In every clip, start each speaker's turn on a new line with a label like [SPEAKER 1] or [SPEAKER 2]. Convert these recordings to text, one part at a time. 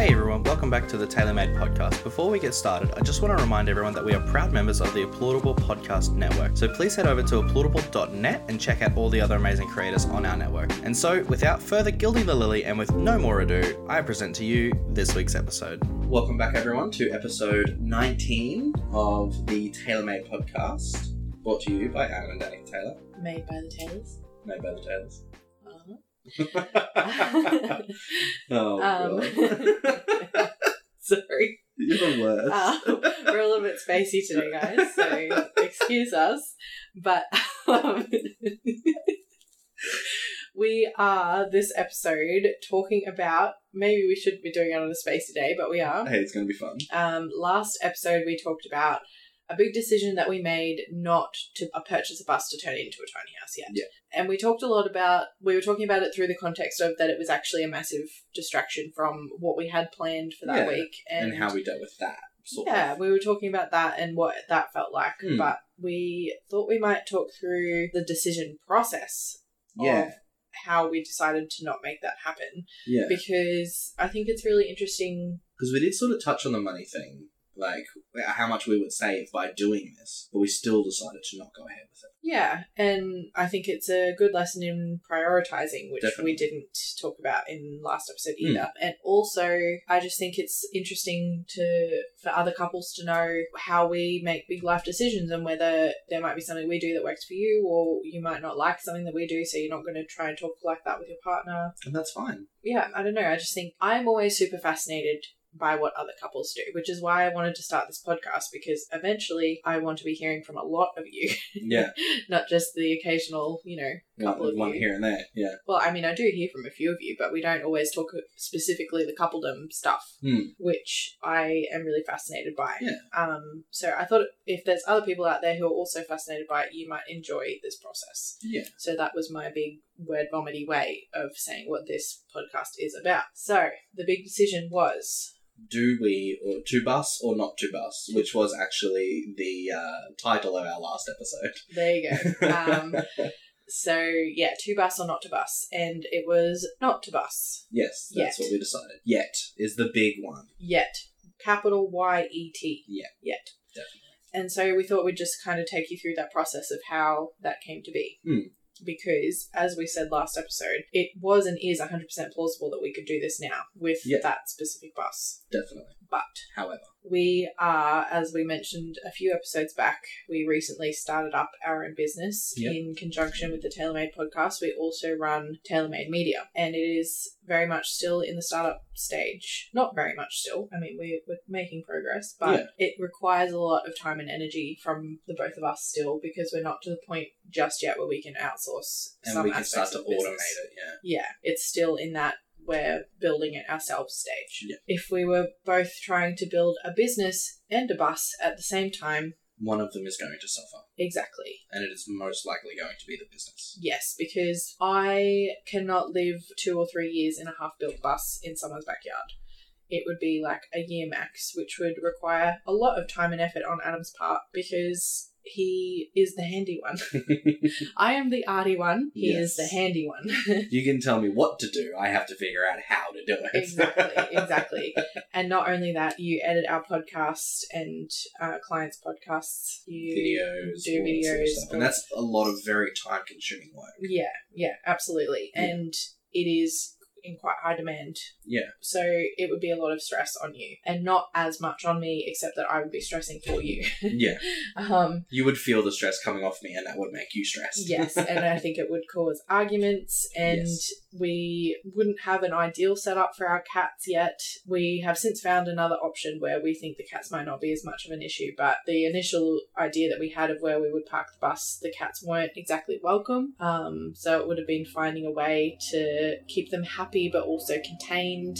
[SPEAKER 1] welcome back to the TaylorMade podcast. Before we get started, I just want to remind everyone that we are proud members of the Applaudable Podcast Network. So please head over to applaudable.net and check out all the other amazing creators on our network. And so, without further gilding the lily and with no more ado, I present to you this week's episode. Welcome back, everyone, to episode 19 of the TaylorMade podcast, brought to you by Adam and Danny Taylor,
[SPEAKER 2] Made by the tailors.
[SPEAKER 1] made by the Taylors.
[SPEAKER 2] Uh-huh.
[SPEAKER 1] oh, God.
[SPEAKER 2] Um, Sorry.
[SPEAKER 1] You're the worst.
[SPEAKER 2] Um, we're a little bit spacey today, guys, so excuse us. But um, we are this episode talking about maybe we should be doing it on a space today, but we are.
[SPEAKER 1] hey, it's going to be fun.
[SPEAKER 2] Um, last episode, we talked about a big decision that we made not to uh, purchase a bus to turn it into a tiny house yet.
[SPEAKER 1] Yeah.
[SPEAKER 2] And we talked a lot about, we were talking about it through the context of that it was actually a massive distraction from what we had planned for that
[SPEAKER 1] Yeah,
[SPEAKER 2] week
[SPEAKER 1] and, how we dealt with that. Sort
[SPEAKER 2] yeah,
[SPEAKER 1] of.
[SPEAKER 2] we were talking about that and what that felt like,
[SPEAKER 1] Hmm.
[SPEAKER 2] but we thought we might talk through the decision process
[SPEAKER 1] yeah,
[SPEAKER 2] of how we decided to not make that happen
[SPEAKER 1] yeah.
[SPEAKER 2] because I think it's really interesting
[SPEAKER 1] Because we did sort of touch on the money thing, like how much we would save by doing this, but we still decided to not go ahead with it.
[SPEAKER 2] Yeah, and I think it's a good lesson in prioritizing, which
[SPEAKER 1] Definitely.
[SPEAKER 2] we didn't talk about in last episode
[SPEAKER 1] Mm.
[SPEAKER 2] either. And also, I just think it's interesting to for other couples to know how we make big life decisions and whether there might be something we do that works for you, or you might not like something that we do, so you're not going to try and talk like that with your partner.
[SPEAKER 1] And that's fine.
[SPEAKER 2] Yeah, I don't know. I just think I'm always super fascinated by what other couples do, which is why I wanted to start this podcast because eventually I want to be hearing from a lot of you
[SPEAKER 1] Yeah,
[SPEAKER 2] not just the occasional, you know, couple
[SPEAKER 1] one,
[SPEAKER 2] of
[SPEAKER 1] one
[SPEAKER 2] you.
[SPEAKER 1] here and there. Yeah,
[SPEAKER 2] Well, I mean, I do hear from a few of you, but we don't always talk specifically the coupledom stuff,
[SPEAKER 1] Hmm.
[SPEAKER 2] which I am really fascinated by.
[SPEAKER 1] Yeah.
[SPEAKER 2] Um, so I thought if there's other people out there who are also fascinated by it, you might enjoy this process.
[SPEAKER 1] yeah.
[SPEAKER 2] So that was my big word vomity way of saying what this podcast is about. So the big decision was
[SPEAKER 1] Do we or to bus or not to bus, which was actually the uh, title of our last episode.
[SPEAKER 2] there you go. Um, so yeah, to bus or not to bus, and it was not to bus.
[SPEAKER 1] yes, that's
[SPEAKER 2] yet.
[SPEAKER 1] what we decided. Yet is the big one.
[SPEAKER 2] Yet. Capital Y E T.
[SPEAKER 1] Yeah.
[SPEAKER 2] Yet.
[SPEAKER 1] Definitely.
[SPEAKER 2] And so we thought we'd just kind of take you through that process of how that came to be.
[SPEAKER 1] Hmm.
[SPEAKER 2] Because, as we said last episode, it was and is 100% plausible that we could do this now with
[SPEAKER 1] Yeah.
[SPEAKER 2] that specific bus.
[SPEAKER 1] Definitely.
[SPEAKER 2] But
[SPEAKER 1] However,
[SPEAKER 2] we are, as we mentioned a few episodes back, we recently started up our own business
[SPEAKER 1] Yep.
[SPEAKER 2] in conjunction with the TaylorMade podcast. We also run TaylorMade Media, and it is very much still in the startup stage. Not very much still. I mean, we're, we're making progress, but
[SPEAKER 1] Yeah.
[SPEAKER 2] it requires a lot of time and energy from the both of us still because we're not to the point just yet where we can outsource
[SPEAKER 1] and
[SPEAKER 2] some
[SPEAKER 1] we can
[SPEAKER 2] aspects
[SPEAKER 1] start to
[SPEAKER 2] of
[SPEAKER 1] automate
[SPEAKER 2] the business
[SPEAKER 1] it. Yeah.
[SPEAKER 2] yeah, it's still in that we're building it ourselves stage.
[SPEAKER 1] Yeah.
[SPEAKER 2] If we were both trying to build a business and a bus at the same time,
[SPEAKER 1] One of them is going to suffer,
[SPEAKER 2] exactly.
[SPEAKER 1] and it is most likely going to be the business.
[SPEAKER 2] Yes, because I cannot live two or three years in a half built bus in someone's backyard. It would be like a year max, which would require a lot of time and effort on Adam's part because he is the handy one. I am the arty one, he is
[SPEAKER 1] Yes.
[SPEAKER 2] the handy one.
[SPEAKER 1] you can tell me what to do. I have to figure out how to do it.
[SPEAKER 2] exactly exactly and not only that you edit our podcast and uh, clients podcasts you
[SPEAKER 1] videos,
[SPEAKER 2] do
[SPEAKER 1] all that sort of
[SPEAKER 2] videos,
[SPEAKER 1] stuff. and that's a lot of very time-consuming work.
[SPEAKER 2] yeah yeah absolutely
[SPEAKER 1] Yeah.
[SPEAKER 2] and it is in quite high demand
[SPEAKER 1] Yeah.
[SPEAKER 2] so it would be a lot of stress on you and not as much on me except that i would be stressing for you
[SPEAKER 1] yeah,
[SPEAKER 2] um
[SPEAKER 1] you would feel the stress coming off me, and that would make you stressed.
[SPEAKER 2] yes and i think it would cause arguments and
[SPEAKER 1] Yes.
[SPEAKER 2] we wouldn't have an ideal setup for our cats yet we have since found another option where we think the cats might not be as much of an issue but the initial idea that we had of where we would park the bus the cats weren't exactly welcome um, so it would have been finding a way to keep them happy but also contained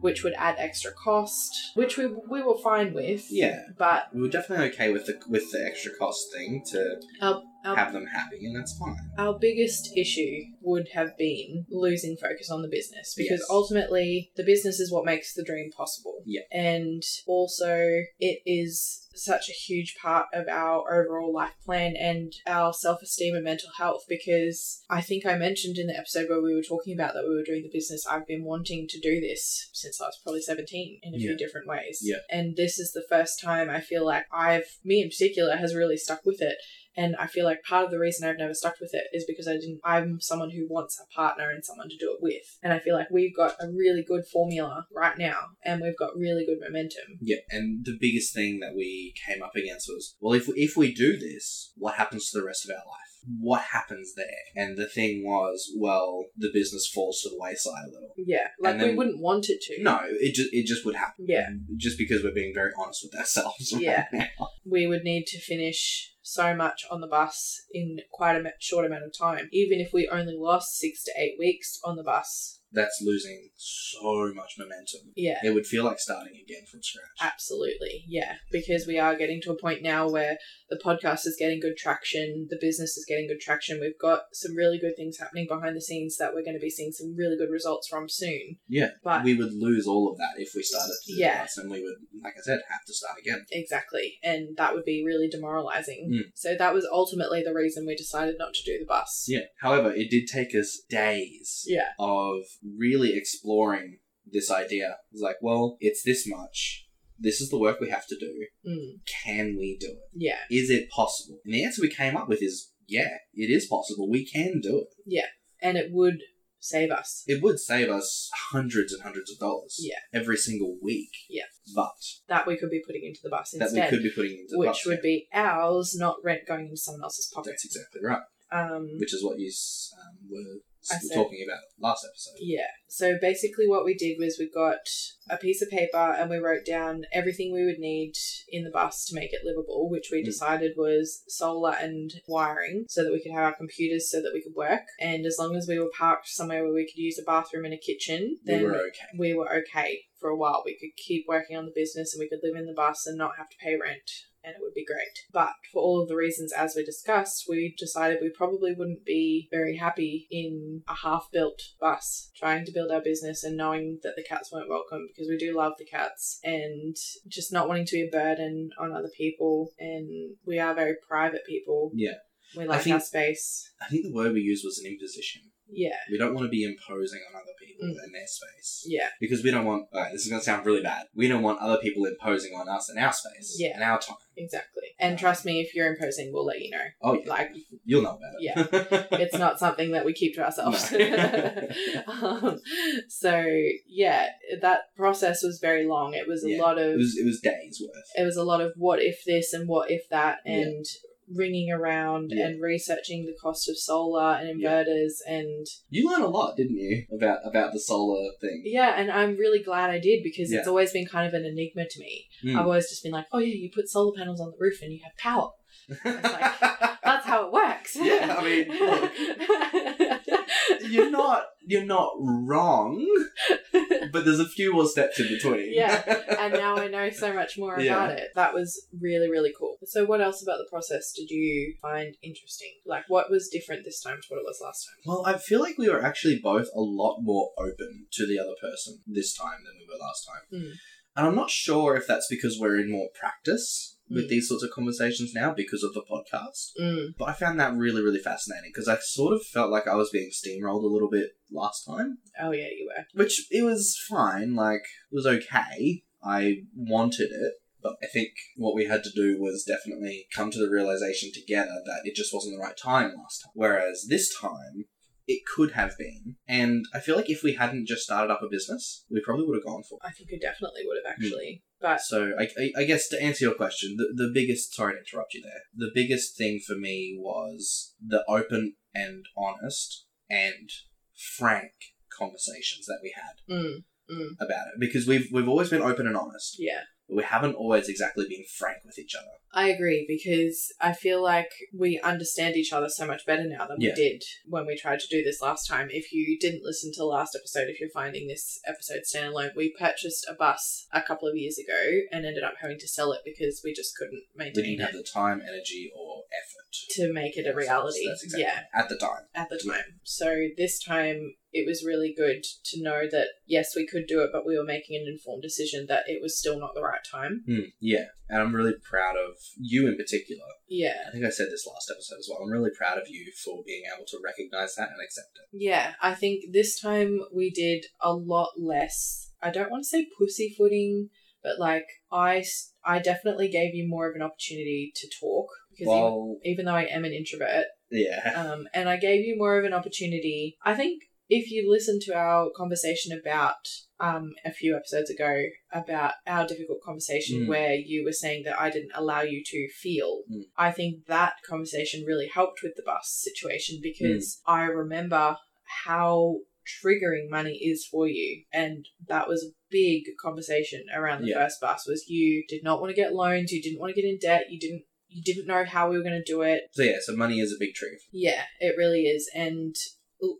[SPEAKER 2] which would add extra cost which we, we were fine with
[SPEAKER 1] Yeah.
[SPEAKER 2] but
[SPEAKER 1] we were definitely okay with the with the extra cost thing to
[SPEAKER 2] our Um,
[SPEAKER 1] have them happy, and that's fine.
[SPEAKER 2] our biggest issue would have been losing focus on the business because
[SPEAKER 1] Yes.
[SPEAKER 2] ultimately the business is what makes the dream possible.
[SPEAKER 1] Yeah.
[SPEAKER 2] And also it is such a huge part of our overall life plan and our self-esteem and mental health because I think I mentioned in the episode where we were talking about that we were doing the business I've been wanting to do this since I was probably 17 in a
[SPEAKER 1] Yeah.
[SPEAKER 2] few different ways.
[SPEAKER 1] Yeah.
[SPEAKER 2] And this is the first time I feel like I've me in particular has really stuck with it and I feel like part of the reason I've never stuck with it is because I didn't I'm someone who wants a partner and someone to do it with. And I feel like we've got a really good formula right now and we've got really good momentum.
[SPEAKER 1] Yeah, and the biggest thing that we came up against was, well, if if we do this, what happens to the rest of our life? What happens there? And the thing was, well, the business falls to the wayside a little.
[SPEAKER 2] Yeah. Like
[SPEAKER 1] And then-
[SPEAKER 2] we wouldn't want it to.
[SPEAKER 1] No, it just it just would happen.
[SPEAKER 2] Yeah.
[SPEAKER 1] just because we're being very honest with ourselves. right
[SPEAKER 2] Yeah.
[SPEAKER 1] now.
[SPEAKER 2] We would need to finish so much on the bus in quite a ma- short amount of time. Even if we only lost 6 to 8 weeks on the bus.
[SPEAKER 1] that's losing so much momentum.
[SPEAKER 2] Yeah. Uh,
[SPEAKER 1] It would feel like starting again from scratch.
[SPEAKER 2] Absolutely, yeah. Because we are getting to a point now where the podcast is getting good traction, the business is getting good traction. We've got some really good things happening behind the scenes that we're going to be seeing some really good results from soon.
[SPEAKER 1] Yeah,
[SPEAKER 2] But
[SPEAKER 1] we would lose all of that if we started to do
[SPEAKER 2] Yeah.
[SPEAKER 1] this, and we would, like I said, have to start again.
[SPEAKER 2] exactly, and that would be really demoralizing.
[SPEAKER 1] Mm.
[SPEAKER 2] So that was ultimately the reason we decided not to do the bus.
[SPEAKER 1] Yeah. However, it did take us days
[SPEAKER 2] Yeah.
[SPEAKER 1] of really exploring this idea. It's like, well, it's this much. This is the work we have to do.
[SPEAKER 2] Mm.
[SPEAKER 1] Can we do it?
[SPEAKER 2] Yeah.
[SPEAKER 1] Is it possible? And the answer we came up with is yeah, it is possible. We can do it.
[SPEAKER 2] And it would save us.
[SPEAKER 1] It would save us hundreds and hundreds of dollars.
[SPEAKER 2] Yeah.
[SPEAKER 1] Every single week.
[SPEAKER 2] Yeah.
[SPEAKER 1] But
[SPEAKER 2] That we could be putting into the bus
[SPEAKER 1] that
[SPEAKER 2] instead.
[SPEAKER 1] we could be putting into the
[SPEAKER 2] which
[SPEAKER 1] bus,
[SPEAKER 2] would
[SPEAKER 1] yeah.
[SPEAKER 2] be ours, not rent going into someone else's pocket.
[SPEAKER 1] That's exactly right.
[SPEAKER 2] Um,
[SPEAKER 1] Which is what you s- um, were
[SPEAKER 2] I
[SPEAKER 1] s-
[SPEAKER 2] said-
[SPEAKER 1] talking about last episode.
[SPEAKER 2] Yeah. So basically, what we did was we got a piece of paper and we wrote down everything we would need in the bus to make it livable, which we
[SPEAKER 1] Mm.
[SPEAKER 2] decided was solar and wiring so that we could have our computers so that we could work. And as long as we were parked somewhere where we could use a bathroom and a kitchen, then
[SPEAKER 1] we were okay.
[SPEAKER 2] we were okay for a while. We could keep working on the business and we could live in the bus and not have to pay rent, and it would be great. But for all of the reasons as we discussed, we decided we probably wouldn't be very happy in a half built bus trying to build our business and knowing that the cats weren't welcome because we do love the cats and just not wanting to be a burden on other people. And we are very private people.
[SPEAKER 1] Yeah.
[SPEAKER 2] We like
[SPEAKER 1] think-
[SPEAKER 2] our space.
[SPEAKER 1] I think the word we used was an imposition.
[SPEAKER 2] Yeah.
[SPEAKER 1] We don't want to be imposing on other people
[SPEAKER 2] Mm.
[SPEAKER 1] and their space.
[SPEAKER 2] Yeah.
[SPEAKER 1] Because we don't want, alright, this is going to sound really bad. We don't want other people imposing on us and our space
[SPEAKER 2] Yeah.
[SPEAKER 1] and our time.
[SPEAKER 2] Exactly. And trust me, if you're imposing, we'll let you know.
[SPEAKER 1] Oh, yeah.
[SPEAKER 2] Like,
[SPEAKER 1] You'll know about it. Yeah.
[SPEAKER 2] it's not something that we keep to ourselves.
[SPEAKER 1] No.
[SPEAKER 2] um, so yeah, that process was very long. It was a
[SPEAKER 1] Yeah,
[SPEAKER 2] lot of
[SPEAKER 1] it, was, it was days worth.
[SPEAKER 2] it was a lot of what if this and what if that
[SPEAKER 1] Yeah.
[SPEAKER 2] and ringing around
[SPEAKER 1] Yeah.
[SPEAKER 2] and researching the cost of solar and
[SPEAKER 1] Yeah.
[SPEAKER 2] inverters and
[SPEAKER 1] you learned a lot, didn't you, about about the solar thing?
[SPEAKER 2] yeah and I'm really glad I did because it's
[SPEAKER 1] Yeah.
[SPEAKER 2] always been kind of an enigma to me.
[SPEAKER 1] Mm.
[SPEAKER 2] I've always just been like, oh yeah, you put solar panels on the roof and you have power. Oh, That's how it works.
[SPEAKER 1] Yeah, I mean, you're not you're not wrong, but there's a few more steps in between.
[SPEAKER 2] Yeah. and now I know so much more about
[SPEAKER 1] Yeah.
[SPEAKER 2] it. That was really, really cool. So, what else about the process did you find interesting? Like, what was different this time to what it was last time?
[SPEAKER 1] Well, I feel like we were actually both a lot more open to the other person this time than we were last time.
[SPEAKER 2] Mm.
[SPEAKER 1] And I'm not sure if that's because we're in more practice with
[SPEAKER 2] Mm.
[SPEAKER 1] these sorts of conversations now because of the podcast.
[SPEAKER 2] Mm,
[SPEAKER 1] But I found that really, really fascinating because I sort of felt like I was being steamrolled a little bit last time,
[SPEAKER 2] Oh, yeah, you were.
[SPEAKER 1] which it was fine. Like, it was okay. I wanted it. But I think what we had to do was definitely come to the realization together that it just wasn't the right time last time. Whereas this time, it could have been. And I feel like if we hadn't just started up a business, we probably would have gone for
[SPEAKER 2] I think I definitely would have
[SPEAKER 1] Mm.
[SPEAKER 2] actually.
[SPEAKER 1] it.
[SPEAKER 2] But
[SPEAKER 1] So I, I, I guess to answer your question, the, the biggest, sorry to interrupt you there, the biggest thing for me was the open and honest and frank conversations that we had
[SPEAKER 2] mm, mm,
[SPEAKER 1] about it because we've we've always been open and honest
[SPEAKER 2] yeah,
[SPEAKER 1] but we haven't always exactly been frank with each other.
[SPEAKER 2] I agree because I feel like we understand each other so much better now than
[SPEAKER 1] Yeah.
[SPEAKER 2] we did when we tried to do this last time. If you didn't listen to last episode, if you're finding this episode standalone, we purchased a bus a couple of years ago and ended up having to sell it because we just couldn't
[SPEAKER 1] We
[SPEAKER 2] maintain
[SPEAKER 1] didn't have
[SPEAKER 2] it
[SPEAKER 1] the time, energy, or effort
[SPEAKER 2] to make it a reality.
[SPEAKER 1] That's exactly
[SPEAKER 2] Yeah.
[SPEAKER 1] at the time.
[SPEAKER 2] at the time. So this time it was really good to know that yes, we could do it, but we were making an informed decision that it was still not the right time.
[SPEAKER 1] Hmm, yeah, and I'm really proud of you in particular.
[SPEAKER 2] Yeah.
[SPEAKER 1] I think I said this last episode as well. I'm really proud of you for being able to recognize that and accept it.
[SPEAKER 2] Yeah, I think this time we did a lot less. I don't want to say pussyfooting, but like I, s- I definitely gave you more of an opportunity to talk because even,
[SPEAKER 1] Well,
[SPEAKER 2] even though I am an introvert,
[SPEAKER 1] yeah,
[SPEAKER 2] um, and I gave you more of an opportunity. I think if you listen to our conversation about um, a few episodes ago about our difficult conversation
[SPEAKER 1] Mm.
[SPEAKER 2] where you were saying that I didn't allow you to feel,
[SPEAKER 1] Mm.
[SPEAKER 2] I think that conversation really helped with the bus situation
[SPEAKER 1] Mm.
[SPEAKER 2] because I remember how triggering money is for you and that was a big conversation around the
[SPEAKER 1] Yeah.
[SPEAKER 2] first bus was you did not want to get loans you didn't want to get in debt you didn't you didn't know how we were going to do it
[SPEAKER 1] so yeah, so money is a big trigger.
[SPEAKER 2] yeah, it really is. And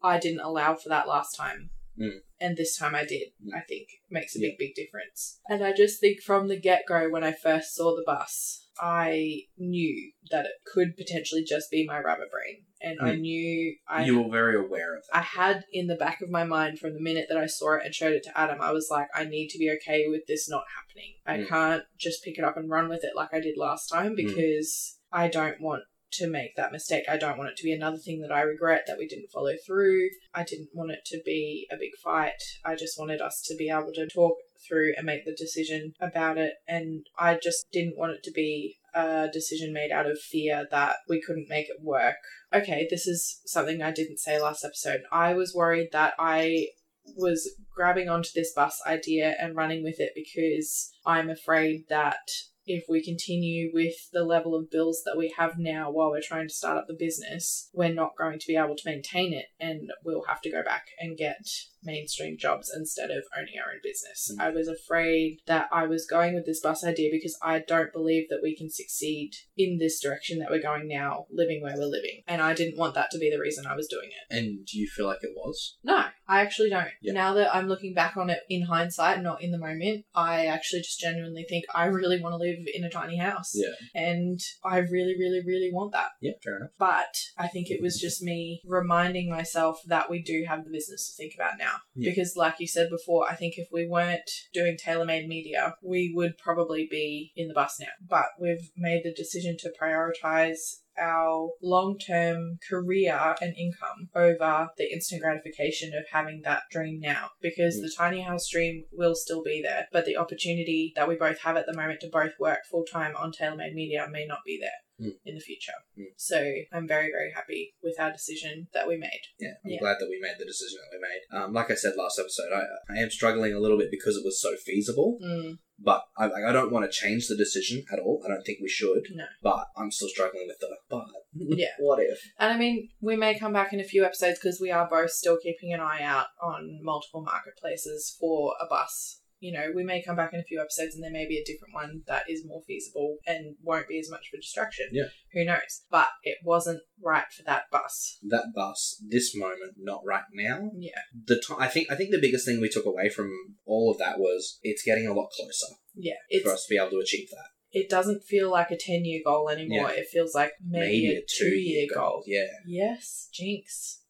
[SPEAKER 2] I didn't allow for that last time.
[SPEAKER 1] Mm.
[SPEAKER 2] And this time I did,
[SPEAKER 1] Mm.
[SPEAKER 2] I think. Makes a big, big difference. And I just think from the get go, when I first saw the bus, I knew that it could potentially just be my rabbit brain. And I
[SPEAKER 1] Mm.
[SPEAKER 2] knew I
[SPEAKER 1] you were very aware of that.
[SPEAKER 2] I had in the back of my mind from the minute that I saw it and showed it to Adam, I was like, I need to be okay with this not happening. I
[SPEAKER 1] Mm.
[SPEAKER 2] can't just pick it up and run with it like I did last time because I don't want to make that mistake. I don't want it to be another thing that I regret that we didn't follow through. I didn't want it to be a big fight. I just wanted us to be able to talk through and make the decision about it. And I just didn't want it to be a decision made out of fear that we couldn't make it work. Okay, this is something I didn't say last episode. I was worried that I was grabbing onto this bus idea and running with it because I'm afraid that if we continue with the level of bills that we have now while we're trying to start up the business, we're not going to be able to maintain it and we'll have to go back and get mainstream jobs instead of owning our own business.
[SPEAKER 1] Mm.
[SPEAKER 2] I was afraid that I was going with this bus idea because I don't believe that we can succeed in this direction that we're going now, living where we're living. And I didn't want that to be the reason I was doing it.
[SPEAKER 1] And do you feel like it was?
[SPEAKER 2] No, I actually don't.
[SPEAKER 1] Yeah.
[SPEAKER 2] Now that I'm looking back on it in hindsight, not in the moment, I actually just genuinely think I really want to live in a tiny house.
[SPEAKER 1] Yeah.
[SPEAKER 2] And I really, really, really want that.
[SPEAKER 1] Yeah, fair enough.
[SPEAKER 2] But I think it was just me reminding myself that we do have the business to think about now.
[SPEAKER 1] Yeah.
[SPEAKER 2] Because, like you said before, I think if we weren't doing tailor-made media, we would probably be in the bus now. But we've made the decision to prioritize our long-term career and income over the instant gratification of having that dream now because
[SPEAKER 1] Mm.
[SPEAKER 2] the tiny house dream will still be there but the opportunity that we both have at the moment to both work full-time on tailor-made media may not be there
[SPEAKER 1] Mm.
[SPEAKER 2] in the future
[SPEAKER 1] Mm.
[SPEAKER 2] so i'm very very happy with our decision that we made
[SPEAKER 1] Yeah, I'm
[SPEAKER 2] Yeah.
[SPEAKER 1] glad that we made the decision that we made. Um, like I said last episode, I, I am struggling a little bit because it was so feasible,
[SPEAKER 2] mm,
[SPEAKER 1] but I, like, I don't want to change the decision at all. I don't think we should,
[SPEAKER 2] no
[SPEAKER 1] but I'm still struggling with the but.
[SPEAKER 2] Yeah.
[SPEAKER 1] what if?
[SPEAKER 2] And I mean, we may come back in a few episodes because we are both still keeping an eye out on multiple marketplaces for a bus. You know, we may come back in a few episodes and there may be a different one that is more feasible and won't be as much of a distraction.
[SPEAKER 1] Yeah.
[SPEAKER 2] Who knows? But it wasn't right for that bus.
[SPEAKER 1] That bus, this moment, not right now.
[SPEAKER 2] Yeah.
[SPEAKER 1] The t- I think I think the biggest thing we took away from all of that was it's getting a lot closer
[SPEAKER 2] Yeah.
[SPEAKER 1] for
[SPEAKER 2] It's
[SPEAKER 1] us to be able to achieve that.
[SPEAKER 2] it doesn't feel like a ten year goal anymore. It feels like maybe, a two year goal.
[SPEAKER 1] Yeah.
[SPEAKER 2] Yes, jinx.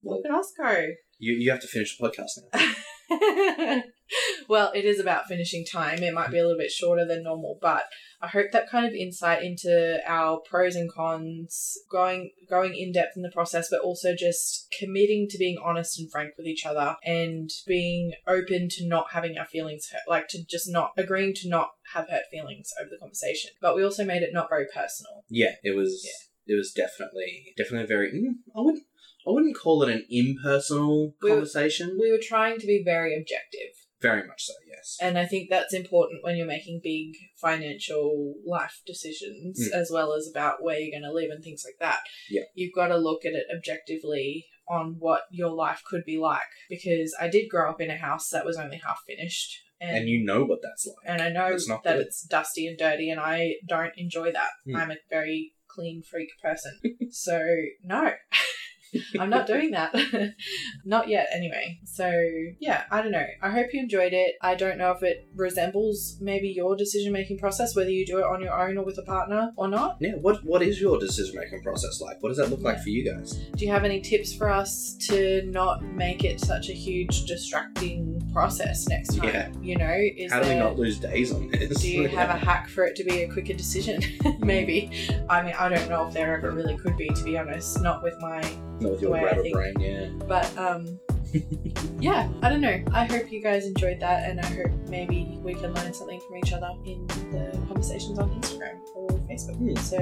[SPEAKER 1] Well,
[SPEAKER 2] Look at us go.
[SPEAKER 1] you, you have to finish the podcast now.
[SPEAKER 2] well, it is about finishing time. It might be a little bit shorter than normal, but I hope that kind of insight into our pros and cons, going going in depth in the process, but also just committing to being honest and frank with each other and being open to not having our feelings hurt, like to just not agreeing to not have hurt feelings over the conversation. But we also made it not very personal.
[SPEAKER 1] Yeah, it was. It was definitely definitely very. mm, I wouldn't. I wouldn't call it an impersonal
[SPEAKER 2] We-
[SPEAKER 1] conversation.
[SPEAKER 2] We were trying to be very objective.
[SPEAKER 1] very much so. Yes.
[SPEAKER 2] And I think that's important when you're making big financial life decisions, as well as about where you're going to live and things like that.
[SPEAKER 1] Mm. Yeah.
[SPEAKER 2] You've got to look at it objectively on what your life could be like. Because I did grow up in a house that was only half finished. and,
[SPEAKER 1] and you know what that's like.
[SPEAKER 2] and I know
[SPEAKER 1] It's not
[SPEAKER 2] that
[SPEAKER 1] good.
[SPEAKER 2] it's dusty and dirty, and I don't enjoy that.
[SPEAKER 1] Hmm.
[SPEAKER 2] I'm a very clean freak person, so no, I'm not doing that, not yet. Anyway, so yeah, I don't know. I hope you enjoyed it. I don't know if it resembles maybe your decision making process, whether you do it on your own or with a partner or not.
[SPEAKER 1] Yeah, what what is your decision making process like? What does that look like for you guys?
[SPEAKER 2] Do you have any tips for us to not make it such a huge distracting process next time?
[SPEAKER 1] Yeah.
[SPEAKER 2] You know, is
[SPEAKER 1] How do we
[SPEAKER 2] there-
[SPEAKER 1] not lose days on this?
[SPEAKER 2] Do you have a hack for it to be a quicker decision? Maybe. I mean, I don't know if there ever really could be, to be honest. Not with my.
[SPEAKER 1] Not with your
[SPEAKER 2] way I
[SPEAKER 1] rabbit
[SPEAKER 2] think.
[SPEAKER 1] brain, yeah.
[SPEAKER 2] But um, yeah, I don't know. I hope you guys enjoyed that, and I hope maybe we can learn something from each other in the conversations on Instagram or Facebook.
[SPEAKER 1] Hmm.
[SPEAKER 2] So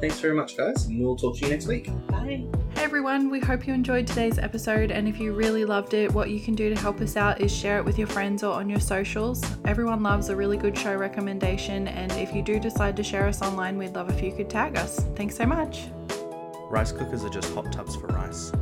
[SPEAKER 1] Thanks very much, guys, and we'll talk to you next week.
[SPEAKER 2] bye.
[SPEAKER 3] Hey everyone, we hope you enjoyed today's episode. And if you really loved it, what you can do to help us out is share it with your friends or on your socials. Everyone loves a really good show recommendation. And if you do decide to share us online, we'd love if you could tag us. Thanks so much.
[SPEAKER 1] Rice cookers are just hot tubs for rice.